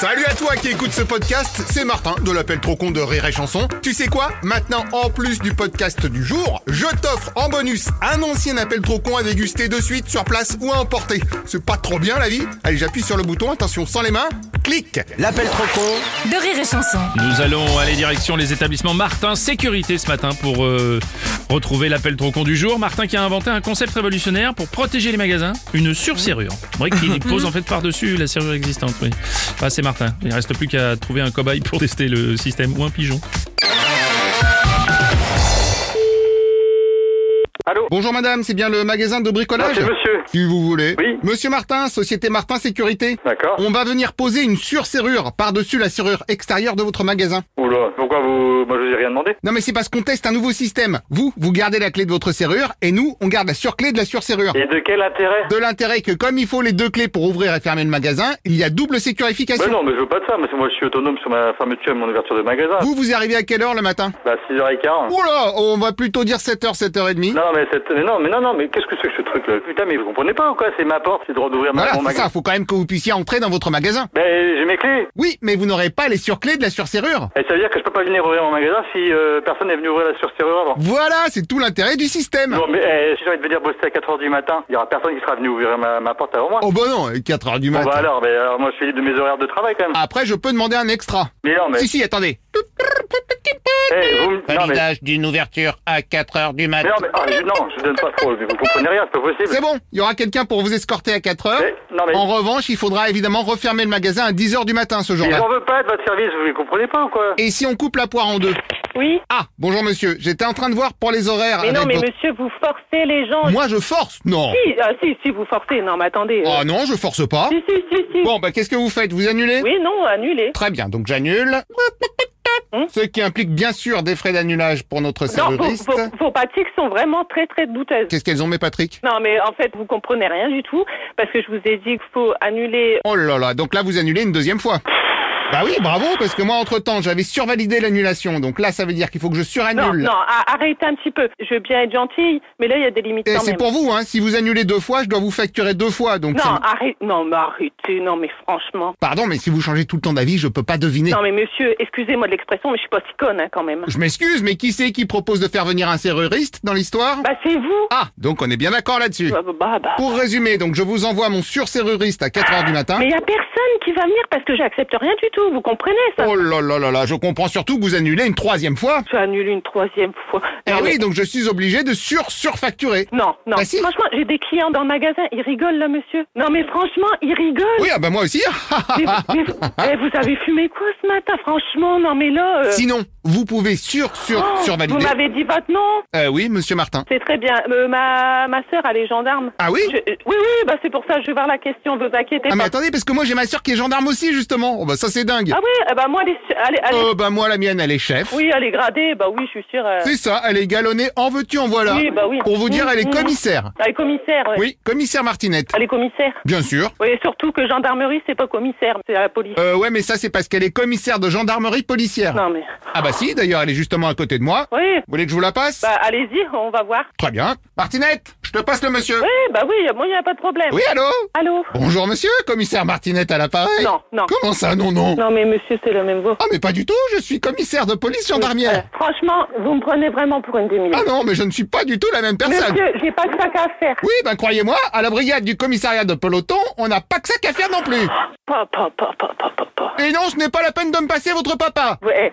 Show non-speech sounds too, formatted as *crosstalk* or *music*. Salut à toi qui écoute ce podcast, c'est Martin de l'appel trop con de rire et chanson. Tu sais quoi Maintenant, en plus du podcast du jour, je t'offre en bonus un ancien appel trop con à déguster de suite sur place ou à emporter. C'est pas trop bien la vie Allez, j'appuie sur le bouton, attention, sans les mains, clique L'appel trop con de rire et chanson. Nous allons aller direction les établissements Martin Sécurité ce matin pour euh, retrouver l'appel trop con du jour. Martin qui a inventé un concept révolutionnaire pour protéger les magasins, une surserrure. Oui, qui pose en fait par-dessus la serrure existante. Oui. Enfin, c'est Martin. Il ne reste plus qu'à trouver un cobaye pour tester le système ou un pigeon. Allô Bonjour madame, c'est bien le magasin de bricolage C'est Ah, monsieur. Si vous voulez. Oui. Monsieur Martin, société Martin Sécurité. D'accord. On va venir poser une surserrure par-dessus la serrure extérieure de votre magasin. Oula, pourquoi vous... Moi, je vous ai rien demandé. Non mais c'est parce qu'on teste un nouveau système. Vous, vous gardez la clé de votre serrure et nous, on garde la surclé de la surserrure. Et de quel intérêt De l'intérêt que comme il faut les deux clés pour ouvrir et fermer le magasin, il y a double sécurification. Mais non, mais je veux pas de ça. Parce que moi, je suis autonome sur ma fermeture et mon ouverture de magasin. Vous, vous arrivez à quelle heure le matin Bah, 6h15. Oula, on va plutôt dire 7h, 7h30. Non, mais, cette- mais non, mais non, non, mais qu'est-ce que c'est que ce truc-là Putain, mais vous comprenez pas ou quoi C'est ma porte, c'est le droit d'ouvrir ma- Voilà, mon c'est magasin. ça, faut quand même que vous puissiez entrer dans votre magasin. Ben, j'ai mes clés. Oui, mais vous n'aurez pas les surclés de la surserrure. Et ça veut dire que je peux pas venir ouvrir mon magasin si euh, personne n'est venu ouvrir la surserrure avant. Voilà, c'est tout l'intérêt du système. Non, mais eh, si j'ai envie de venir bosser à 4h du matin, il y aura personne qui sera venu ouvrir ma, ma porte avant moi. Oh bah non, 4h du Bon, matin. bah alors, mais alors, moi, je suis libre de mes horaires de travail quand même. Après, je peux demander un extra. Mais non, mais. Ah. Si, si, attendez. Eh, vous me- non, mais... Validage d'une ouverture à 4 heures du Mais matin. non, mais ah, je- non, je donne pas trop. Vous comprenez rien, c'est pas possible. C'est bon, il y aura quelqu'un pour vous escorter à 4h. Eh, non, mais- En revanche, il faudra évidemment refermer le magasin à 10h du matin ce Mais jour-là. j'en veux pas de votre service, vous les comprenez pas ou quoi Et si on coupe la poire en deux Oui, Ah, bonjour monsieur, j'étais en train de voir pour les horaires mais avec non, mais votre- monsieur, vous forcez les gens. Ah, Moi je force Non Si, ah, si, si, vous forcez. Non, mais attendez. euh, Ah non, je force pas Si, si, si, si. Bon, bah qu'est-ce que vous faites Vous annulez Oui, non, annulé. Très bien, donc j'annule. Hum Ce qui implique bien sûr des frais d'annulage pour notre Non, vos, serruriste. vos- vos pratiques sont vraiment très, très douteuses. Qu'est-ce qu'elles ont mes Patrick Non, mais en fait, vous comprenez rien du tout, parce que je vous ai dit qu'il faut annuler. Oh là là, donc là vous annulez une deuxième fois. Bah oui, bravo, parce que moi entre-temps j'avais survalidé l'annulation, donc là ça veut dire qu'il faut que je Non, surannule. non, a- arrêtez un petit peu. Je veux bien être gentille, mais là, il y a des limites Et quand c'est même. pour vous, hein, si vous annulez deux fois, je dois vous facturer deux fois, donc... Non, c'est- arrête. Non, mais arrêtez. Non, mais franchement. Pardon, mais si vous changez tout le temps d'avis, je peux pas deviner. Non, mais monsieur, excusez-moi de l'expression, mais je suis pas si conne, hein, quand même. Je m'excuse, mais qui c'est qui propose de faire venir un serruriste dans l'histoire Bah, c'est vous. Ah, donc on est bien d'accord là-dessus. Bah, bah, bah. Pour résumer, donc je vous envoie mon surserruriste à 4h du matin. Mais il n'y a personne qui va venir parce que j'accepte rien du tout, vous comprenez ça Oh là là là là, je comprends surtout que vous annulez une troisième fois. Je vais annuler une troisième fois. Eh Non, oui, mais- donc je suis obligé de sur-surfacturer. Non, non. Bah si. Franchement, j'ai des clients dans le magasin, ils rigolent là, monsieur. Non, mais franchement, ils rigolent. Oui, ah bah moi aussi. *laughs* Mais, mais vous, eh, vous avez fumé quoi ce matin Franchement, non, mais là. euh, Sinon, vous pouvez oh, vous sur-sur-survalider. m'avez dit votre nom Euh, oui, monsieur Martin. C'est très bien. Euh, ma, ma sœur, elle est gendarme. Ah oui Je- euh, Oui, oui, bah c'est pour ça, je vais voir la question, vous inquiétez Ah mais pas. attendez, parce que moi j'ai ma sœur qui est gendarme aussi, justement. Oh bah ça c'est dingue. Ah oui, eh bah moi, elle est. su- elle est- elle est- Euh, bah moi la mienne elle est chef. Oui, elle est gradée, bah oui, je suis sûre. euh, C'est ça, elle est galonnée en veux-tu en voilà. Oui, bah oui. Pour vous dire, Mmh, elle est mmh. commissaire. Elle est commissaire, ouais. Oui, commissaire Martinette. Elle est commissaire. Bien sûr. Oui, et surtout que gendarmerie, c'est pas commissaire, c'est à la police. Euh, ouais, mais ça c'est parce qu'elle est commissaire de gendarmerie policière. Non, mais. Ah bah si, d'ailleurs elle est justement à côté de moi. Oui, Vous voulez que je vous la passe bah allez-y, on va voir. Très bien. Martinette, je te passe le monsieur. Oui, bah oui, moi, il n'y a pas de problème. Oui, allô Allô Bonjour monsieur, commissaire Martinette à l'appareil. Non, non. Comment ça, non, non Non, mais monsieur, c'est la même voix. Ah mais pas du tout, je suis commissaire de police Euh, gendarmière. franchement, vous me prenez vraiment pour une demi Ah non, mais je ne suis pas du tout la même personne. Monsieur, j'ai pas de sac à faire. Oui, ben croyez-moi, à la brigade du commissariat de peloton, on n'a pas que ça qu'à faire non plus. Pa, pa, pa, pa, pa, pa, pa. Et non, ce n'est pas la peine de me passer votre papa. Ouais.